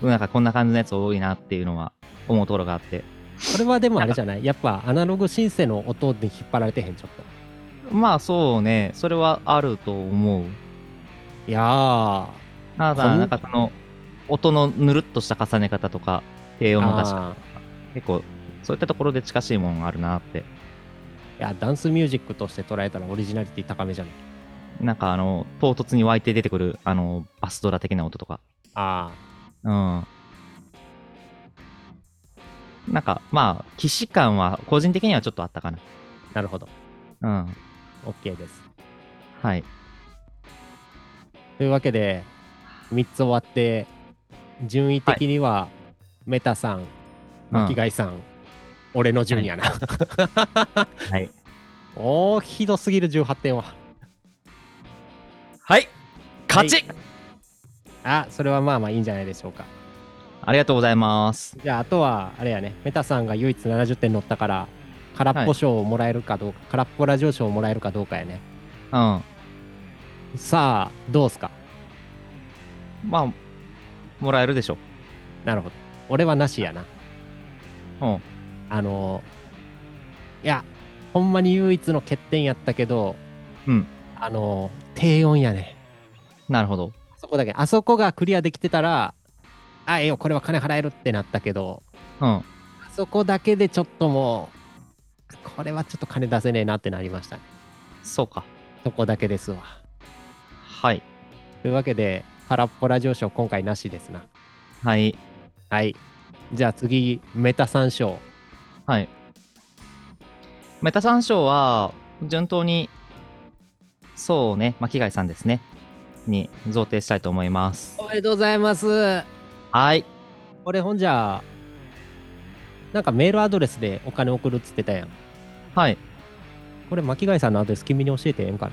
Speaker 2: なんかこんな感じのやつ多いなっていうのは思うところがあって。
Speaker 1: れない。これはでもあれじゃ ないやっぱアナログシンセの音で引っ張られてへん、ちょっと。
Speaker 2: まあそうね、それはあると思う。
Speaker 1: いやー。
Speaker 2: た
Speaker 1: こ
Speaker 2: だ、
Speaker 1: ん
Speaker 2: なんかその、音のぬるっとした重ね方とか、低音の出し方、
Speaker 1: あ
Speaker 2: 結構、そういったところで近しいものがあるなって。
Speaker 1: ーいや、ダンスミュージックとして捉えたらオリジナリティ高めじゃない
Speaker 2: なんかあの、唐突に湧いて出てくる、あの、バスドラ的な音とか。
Speaker 1: あ
Speaker 2: うん。なんか、まあ、既視感は、個人的にはちょっとあったかな。
Speaker 1: ー、なるほど。
Speaker 2: うん。
Speaker 1: OK です。
Speaker 2: はい。
Speaker 1: というわけで3つ終わって順位的には、メタさん
Speaker 2: うん
Speaker 1: 巻貝さん、俺の順位やな、
Speaker 2: はい。
Speaker 1: おおひどすぎる18点は
Speaker 2: はい
Speaker 1: 勝ちあそれはまあまあいいんじゃないでしょうか
Speaker 2: ありがとうございます。
Speaker 1: じゃああとはあれやねメタさんが唯一70点乗ったから空っぽ賞をもらえるかどうか、空っぽラジオ賞をもらえるかどうかやね
Speaker 2: うん。
Speaker 1: さあどうすか
Speaker 2: まあ、もらえるでしょ。
Speaker 1: なるほど俺はなしやな
Speaker 2: うん。
Speaker 1: あのいやほんまに唯一の欠点やったけど
Speaker 2: うん
Speaker 1: あの低音やね
Speaker 2: なるほど。
Speaker 1: あそこだけあそこがクリアできてたらあええよこれは金払えるってなったけど
Speaker 2: うん。
Speaker 1: あそこだけでちょっともうこれはちょっと金出せねえなってなりましたね
Speaker 2: そうか。
Speaker 1: そこだけですわ
Speaker 2: はい。
Speaker 1: というわけで空っぽラジオショー今回なしですな
Speaker 2: はい。
Speaker 1: はいじゃあ次メタ3賞
Speaker 2: はい。メタ三賞は、順当に、そうね、巻貝さんですね。に贈呈したいと思います。
Speaker 1: おめでとうございます
Speaker 2: はい。
Speaker 1: これほんじゃなんかメールアドレスでお金送るっつってたやん
Speaker 2: はい。
Speaker 1: これ巻貝さんのアドレス君に教えてええんかな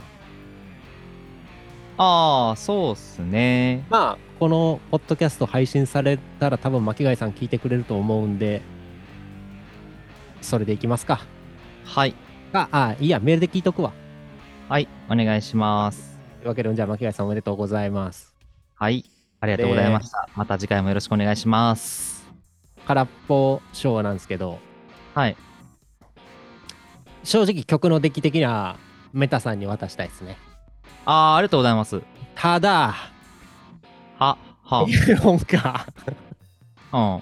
Speaker 2: ああ、そうっすね。
Speaker 1: まあこのポッドキャスト配信されたら多分巻貝さん聞いてくれると思うんでそれでいきますか
Speaker 2: はい。
Speaker 1: ああいいやメールで聞いとくわ
Speaker 2: はい。お願いします。
Speaker 1: というわけでじゃあ巻貝さんおめでとうございます
Speaker 2: はい。ありがとうございました。また次回もよろしくお願いします。
Speaker 1: 空っぽ賞なんですけど
Speaker 2: はい。
Speaker 1: 正直曲の出来的にはメタさんに渡したいですね。
Speaker 2: あー、ありがとうございます。
Speaker 1: ただ、
Speaker 2: は、は、
Speaker 1: イオンが
Speaker 2: うん。
Speaker 1: あ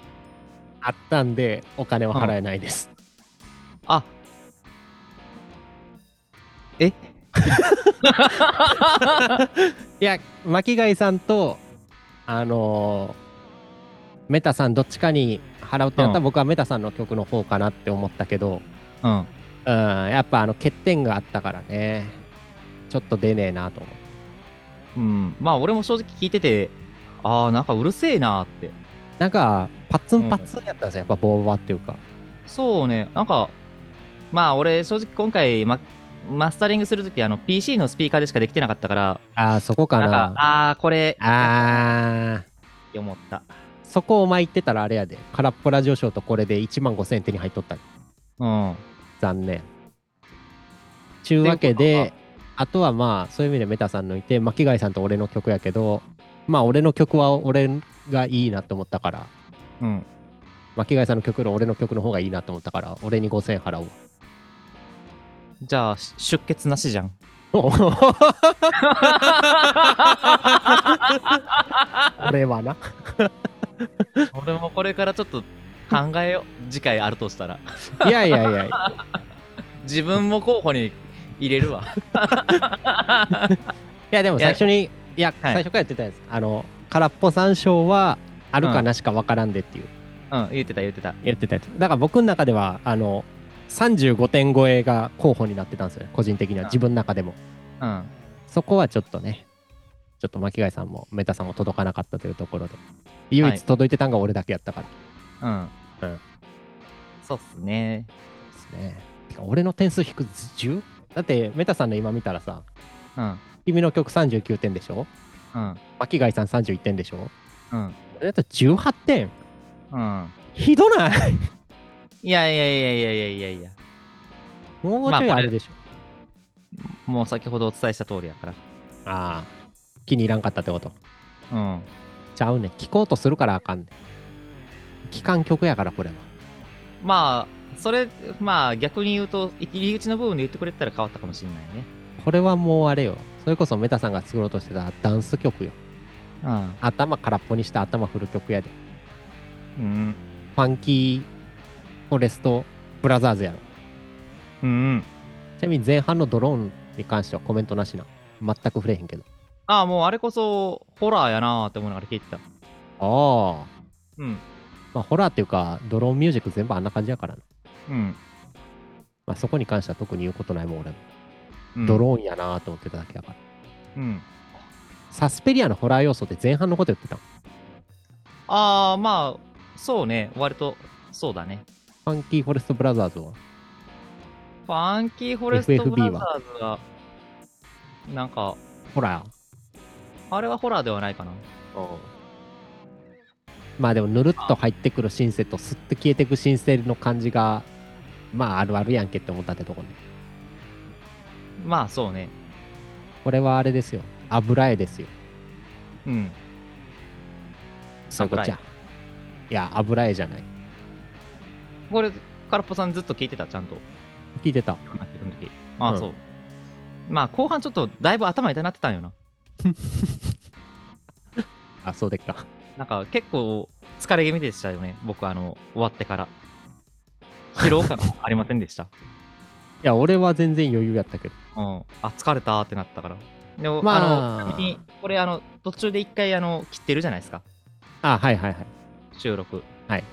Speaker 1: ったんでお金は払えないです。
Speaker 2: あ。え
Speaker 1: いや、巻貝さんと、あのーメタさんどっちかに払うってなったら、
Speaker 2: うん
Speaker 1: 僕はメタさんの曲の方かなって思ったけど、
Speaker 2: うん。
Speaker 1: うん、やっぱあの欠点があったからね、ちょっと出ねえなと思って
Speaker 2: うん。まあ、俺も正直聞いてて、あー、なんかうるせえなーって。
Speaker 1: なんか、パッツンパッツンやったんですよ、やっぱボーバーっていうか。
Speaker 2: そうね、なんか、まあ、俺、正直今回、ま、マスタリングするとき、あの、PC のスピーカーでしかできてなかったから、
Speaker 1: ああ、そこか
Speaker 2: なん
Speaker 1: な
Speaker 2: か。、あー、これ、
Speaker 1: ああ、
Speaker 2: って思った。
Speaker 1: そこを前言ってたらあれやで、空っぽラジオショーとこれで1万5000円手に入っとった。
Speaker 2: うん。
Speaker 1: 残念。ちゅうわけ
Speaker 2: っていう
Speaker 1: で、あとはまあ、そういう意味でメタさん抜いて、巻貝さんと俺の曲やけど、まあ、俺の曲は俺がいいなと思ったから、
Speaker 2: うん。
Speaker 1: 巻貝さんの曲より俺の曲の方がいいなと思ったから、俺に5000円払おう。
Speaker 2: じゃあ、し出血なしじゃん。
Speaker 1: 俺はな。
Speaker 2: 俺もこれからちょっと考えよ う。次回あるとしたら。
Speaker 1: いやいやいや、
Speaker 2: 自分も候補に入れるわ。
Speaker 1: いやでも最初に、いや、
Speaker 2: は
Speaker 1: 最
Speaker 2: い
Speaker 1: 初から言ってたやつ。あの、空っぽ三章は、あるかなしかわからんでっていう、
Speaker 2: うん、言ってた言ってた。
Speaker 1: 言ってたやつ。だから僕の中では、あの、35点超えが候補になってたんですよね、個人的には、
Speaker 2: うん
Speaker 1: 自分の中でも。
Speaker 2: うん。
Speaker 1: そこはちょっとね、ちょっと巻貝さんもメタさんも届かなかったというところで、唯一届いてたんが俺だけやったから
Speaker 2: うん。
Speaker 1: うん
Speaker 2: そうっすね。
Speaker 1: ですね。てか俺の点数引く 10? だって、メタさんの今見たらさ、
Speaker 2: うん。
Speaker 1: 君の曲39点でしょ
Speaker 2: うん。
Speaker 1: 巻貝さん31点でしょ
Speaker 2: うん。
Speaker 1: だと18点
Speaker 2: うん。
Speaker 1: ひどない
Speaker 2: いやいやいやいやいやいやいや。
Speaker 1: もうちょい
Speaker 2: まあ
Speaker 1: あれでしょ、
Speaker 2: もう先ほどお伝えした通りやから。
Speaker 1: ああ、気に入らんかったってこと。
Speaker 2: うん。
Speaker 1: ちゃうねん。聞こうとするからあかんねん。期間曲やから、これは。
Speaker 2: まあ、それ、まあ逆に言うと、入り口の部分で言ってくれてたら変わったかもしれないね。
Speaker 1: これはもうあれよ。それこそメタさんが作ろうとしてたダンス曲よ。
Speaker 2: うん。
Speaker 1: 頭空っぽにして頭振る曲やで。
Speaker 2: うん。
Speaker 1: ファンキー、フォレスト、ブラザーズやろ。
Speaker 2: うん。
Speaker 1: ちなみに前半のドローンに関してはコメントなしな。全く触れへんけど。
Speaker 2: ああ、もうあれこそ、ホラーやなーって思いながら聞いてた。
Speaker 1: ああ。
Speaker 2: うん。
Speaker 1: まあ、ホラーっていうか、ドローンミュージック全部あんな感じやからな。
Speaker 2: うん。
Speaker 1: まあ、そこに関しては特に言うことないもん、俺も。
Speaker 2: うん
Speaker 1: ドローンやなーと思ってただけやから。
Speaker 2: うん。
Speaker 1: サスペリアのホラー要素って前半のこと言ってたの
Speaker 2: ああ、まあ、そうね。割と、そうだね。
Speaker 1: ファンキーフォレストブラザーズは。
Speaker 2: ファンキーフォレストブラザーズが、なんか、
Speaker 1: ホラー。
Speaker 2: あれはホラーではないかな。
Speaker 1: まあでも、ぬるっと入ってくるシンセと、すって消えてくシンセの感じが、まああるあるやんけって思ったってとこね。
Speaker 2: まあ、そうね。
Speaker 1: これはあれですよ。油絵ですよ。
Speaker 2: うん。
Speaker 1: そういうことじゃん。いや、油絵じゃない。
Speaker 2: これ、空っぽさんずっと聞いてた、ちゃんと。
Speaker 1: 聞いてた。
Speaker 2: なってる時ああ、
Speaker 1: うん
Speaker 2: そう。まあ、後半ちょっと、だいぶ頭痛なってたんよな。
Speaker 1: あ、そうでっか。
Speaker 2: なんか、結構、疲れ気味でしたよね。僕、あの、終わってから。疲 労感ありませんでした。
Speaker 1: いや、俺は全然余裕やったけど。
Speaker 2: うん、あ疲れたってなったから。でも、
Speaker 1: ま
Speaker 2: あ、
Speaker 1: あ
Speaker 2: のちなみに、これあの、途中で一回あの切ってるじゃないですか、
Speaker 1: あ、はいはいはい。
Speaker 2: 収録。
Speaker 1: はい。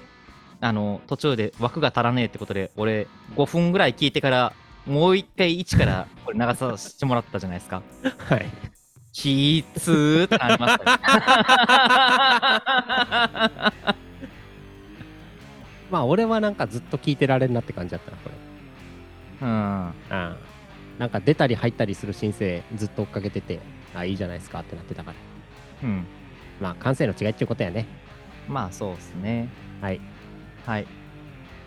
Speaker 2: あの、途中で枠が足らねえってことで、俺、5分ぐらい聞いてから、もう一回一からこれ流させてもらったじゃないですか。
Speaker 1: はい。
Speaker 2: きーつーってなり ましたね。
Speaker 1: まあ、俺はなんかずっと聞いてられんなって感じだったな、これ。
Speaker 2: うん。
Speaker 1: うん。なんか出たり入ったりする申請ずっと追っかけてて、あ、いいじゃないですかってなってたから。
Speaker 2: うん。
Speaker 1: まあ、感性の違いっていうことやね。
Speaker 2: まあ、そうっすね。
Speaker 1: はい。
Speaker 2: はい。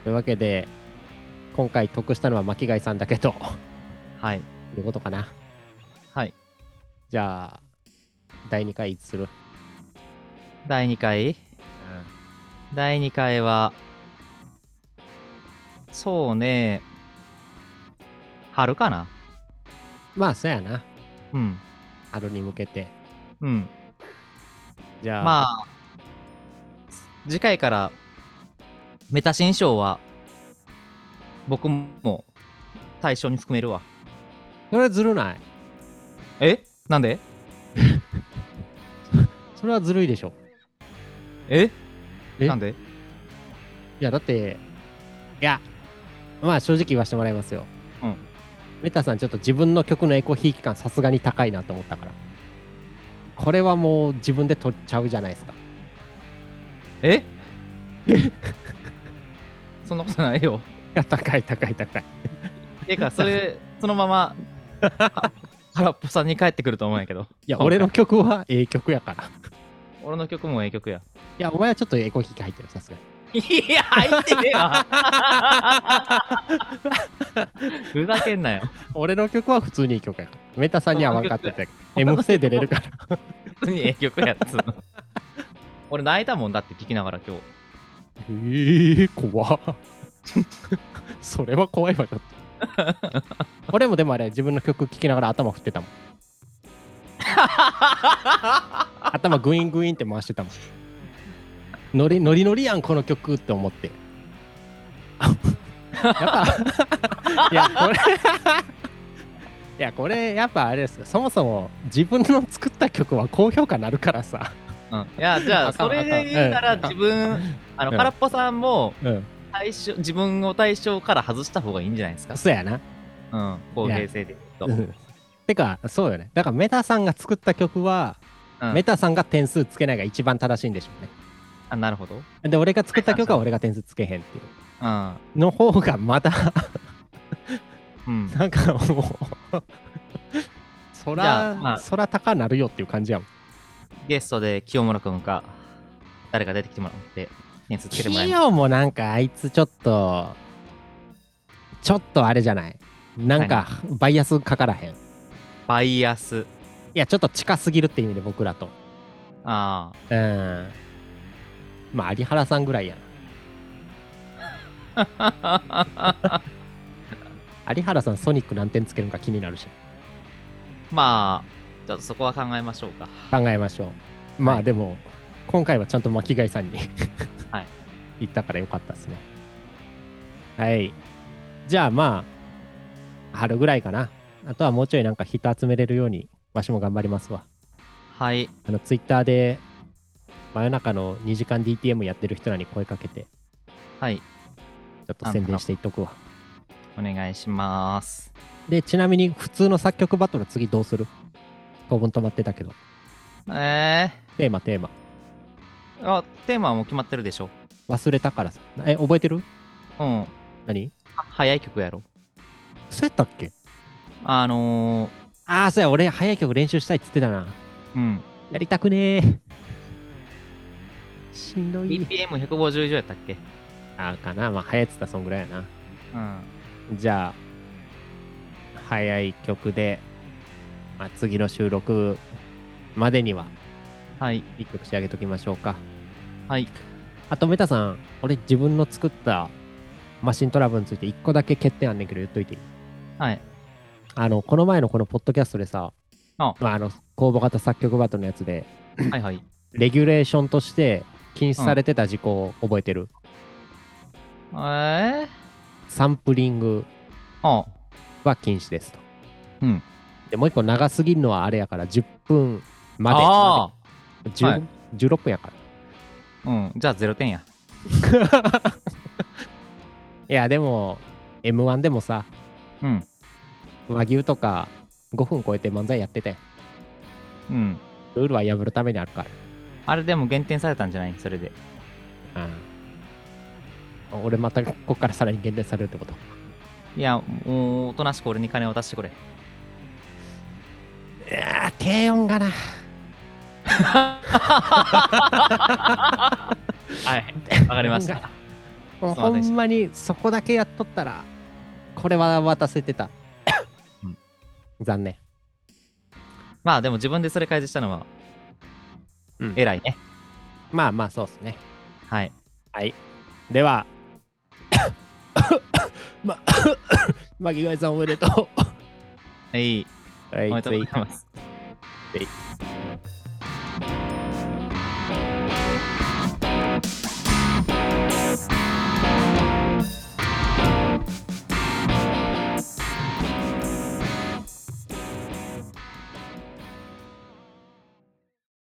Speaker 1: というわけで、今回得したのは巻貝さんだけと
Speaker 2: はい。
Speaker 1: いうことかな。
Speaker 2: はい。
Speaker 1: じゃあ、第2回いつする
Speaker 2: 第2回第2回は、そうね、春かな。
Speaker 1: まあ、そうやな。
Speaker 2: うん。
Speaker 1: 春に向けて。
Speaker 2: うん。
Speaker 1: じゃあ、
Speaker 2: まあ、次回から、メタ新章は、僕も対象に含めるわ。
Speaker 1: それはずるない。
Speaker 2: えなんで
Speaker 1: それはずるいでしょ。
Speaker 2: え
Speaker 1: え
Speaker 2: なんで
Speaker 1: いや、だって、いや、まあ正直言わせてもらいますよ。
Speaker 2: うん。
Speaker 1: メタさん、ちょっと自分の曲のエコひいき感、さすがに高いなと思ったから。これはもう自分で取っちゃうじゃないですか。
Speaker 2: え そんなことないよ。
Speaker 1: いや、高い、高い、高い。
Speaker 2: てか、それ、そのまま、 空っぽさんに帰ってくると思うんやけど。
Speaker 1: いや、
Speaker 2: そうか
Speaker 1: 俺の曲はええ曲やから。い
Speaker 2: 俺の曲もええ曲や。
Speaker 1: や、お前はちょっとエコひいき入ってる、さすがに。
Speaker 2: いや、入ってねえわ。 ふざけんなよ。
Speaker 1: 俺の曲は普通にいい曲やから。メタさんには 分かってたけど。M 不正出れるから。
Speaker 2: 普通にええ曲やっつうの。俺泣いたもんだって聞きながら今日。
Speaker 1: えー、怖っ それは怖いわ、ちょっと。俺もでもあれ、自分の曲聴きながら頭振って たもん。頭グイングインって回してたもん。ノリノリノリやん、この曲って思 って。やっぱ、 いや、これ、 いや、これ、やっぱあれですよそもそも自分の作った曲は高評価なるからさ。
Speaker 2: うん、いや、じゃ
Speaker 1: あ
Speaker 2: あ、
Speaker 1: かん
Speaker 2: それで言うなら
Speaker 1: あかん
Speaker 2: 自分、あの、
Speaker 1: うん
Speaker 2: 空っぽさんも
Speaker 1: うん。
Speaker 2: 対象、自分を対象から外した方がいいんじゃないですか。
Speaker 1: そうやな。
Speaker 2: うん、公平性で言う
Speaker 1: う
Speaker 2: と。
Speaker 1: んてか、そうよね。だから、メタさんが作った曲は、
Speaker 2: うん
Speaker 1: メタさんが点数つけないが一番正しいんでしょうね。
Speaker 2: あなるほど。うん。
Speaker 1: で、俺が作った曲は俺が点数つけへんっていう。
Speaker 2: う
Speaker 1: の方がまた、
Speaker 2: ん。
Speaker 1: なんかもう、そ
Speaker 2: じゃあ
Speaker 1: ら、
Speaker 2: まあ
Speaker 1: そら高なるよっていう感じやもん。
Speaker 2: ゲストで清村くんか、誰か出てきてもらって、点数つけてもらい
Speaker 1: 企業
Speaker 2: ます。
Speaker 1: もなんかあいつちょっと、ちょっとあれじゃない。なんかバイアスかからへん。い
Speaker 2: バイアス。
Speaker 1: や、ちょっと近すぎるって意味で僕らと。
Speaker 2: あ
Speaker 1: うん。まあ、有原さんぐらいや
Speaker 2: あ。
Speaker 1: な。有原さん、ソニック何点つけるのか気になるし。
Speaker 2: まあ、ちょっとそこは考えましょうか。
Speaker 1: 考えましょう。ま
Speaker 2: は
Speaker 1: あ
Speaker 2: い
Speaker 1: でも、今回はちゃんと巻貝さんに、
Speaker 2: はい
Speaker 1: 言ったからよかったですね。はい。じゃあまあ、春ぐらいかな。あとはもうちょいなんか人集めれるように、わしも頑張りますわ。
Speaker 2: はい。
Speaker 1: あの、ツイッターで、真夜中の2時間 DTM やってる人らに声かけて、ち
Speaker 2: はい。
Speaker 1: ょっと宣伝していっとくわ。
Speaker 2: お願いします。
Speaker 1: で、ちなみに普通の作曲バトル次どうする当分止まってたけど。
Speaker 2: え
Speaker 1: テーマ、テーマ。
Speaker 2: ー、あ、テーマはもう決まってるでしょ。
Speaker 1: 忘れたからさ。え、覚えてる
Speaker 2: うん。あ
Speaker 1: 何
Speaker 2: 早い曲やろ。
Speaker 1: そうやったっけ
Speaker 2: あの
Speaker 1: ああ、そうや、俺、早い曲練習したいっつってたな。
Speaker 2: ー、うん。
Speaker 1: やりたくねえ。しんどい。
Speaker 2: BPM150 以上やったっけ
Speaker 1: ああ、かな。まあ、早いっつったらそんぐらいやな。
Speaker 2: うん。
Speaker 1: じゃあ、早い曲で、まあ、次の収録までには、
Speaker 2: はい。
Speaker 1: 一曲仕上げときましょうか。
Speaker 2: はい。
Speaker 1: あと、メタさん、俺、自分の作ったマシントラブルについて、一個だけ欠点あんねんけど、言っといていい
Speaker 2: はい。
Speaker 1: あの、この前のこのポッドキャストでさ、
Speaker 2: あ
Speaker 1: まあ、あの、公募型作曲バトルのやつで、
Speaker 2: はいはい。
Speaker 1: レギュレーションとして禁止されてた事項を覚えてる、
Speaker 2: えー、
Speaker 1: サンプリング
Speaker 2: あ
Speaker 1: は禁止ですと。
Speaker 2: うん
Speaker 1: でもう一個長すぎるのはあれやから10分まで
Speaker 2: あ
Speaker 1: 10
Speaker 2: はい
Speaker 1: 16分やから。
Speaker 2: あ。うん。じゃあ0点や。
Speaker 1: いやでも M1 でもさ
Speaker 2: うん。
Speaker 1: 和牛とか5分超えて漫才やってて
Speaker 2: うん。
Speaker 1: ルールは破るためにあるから。
Speaker 2: あれでも減点されたんじゃないそれで。
Speaker 1: うん俺またここからさらに減点されるってこと
Speaker 2: いや、もう、おとなしく俺に金を出してくれ。
Speaker 1: いやー低音がな
Speaker 2: はい。わかりました。
Speaker 1: もう
Speaker 2: そう
Speaker 1: ほ
Speaker 2: でした
Speaker 1: んまにそこだけやっとったらこれは渡せてた
Speaker 2: うん
Speaker 1: 残念
Speaker 2: まあでも自分でそれ開示したのは、
Speaker 1: うん
Speaker 2: 偉いね。
Speaker 1: まあまあそうですね
Speaker 2: はい。
Speaker 1: はいではままあ、岩井さんおめでと
Speaker 2: はい。
Speaker 1: う。は
Speaker 2: おめでとう
Speaker 1: い
Speaker 2: ございます。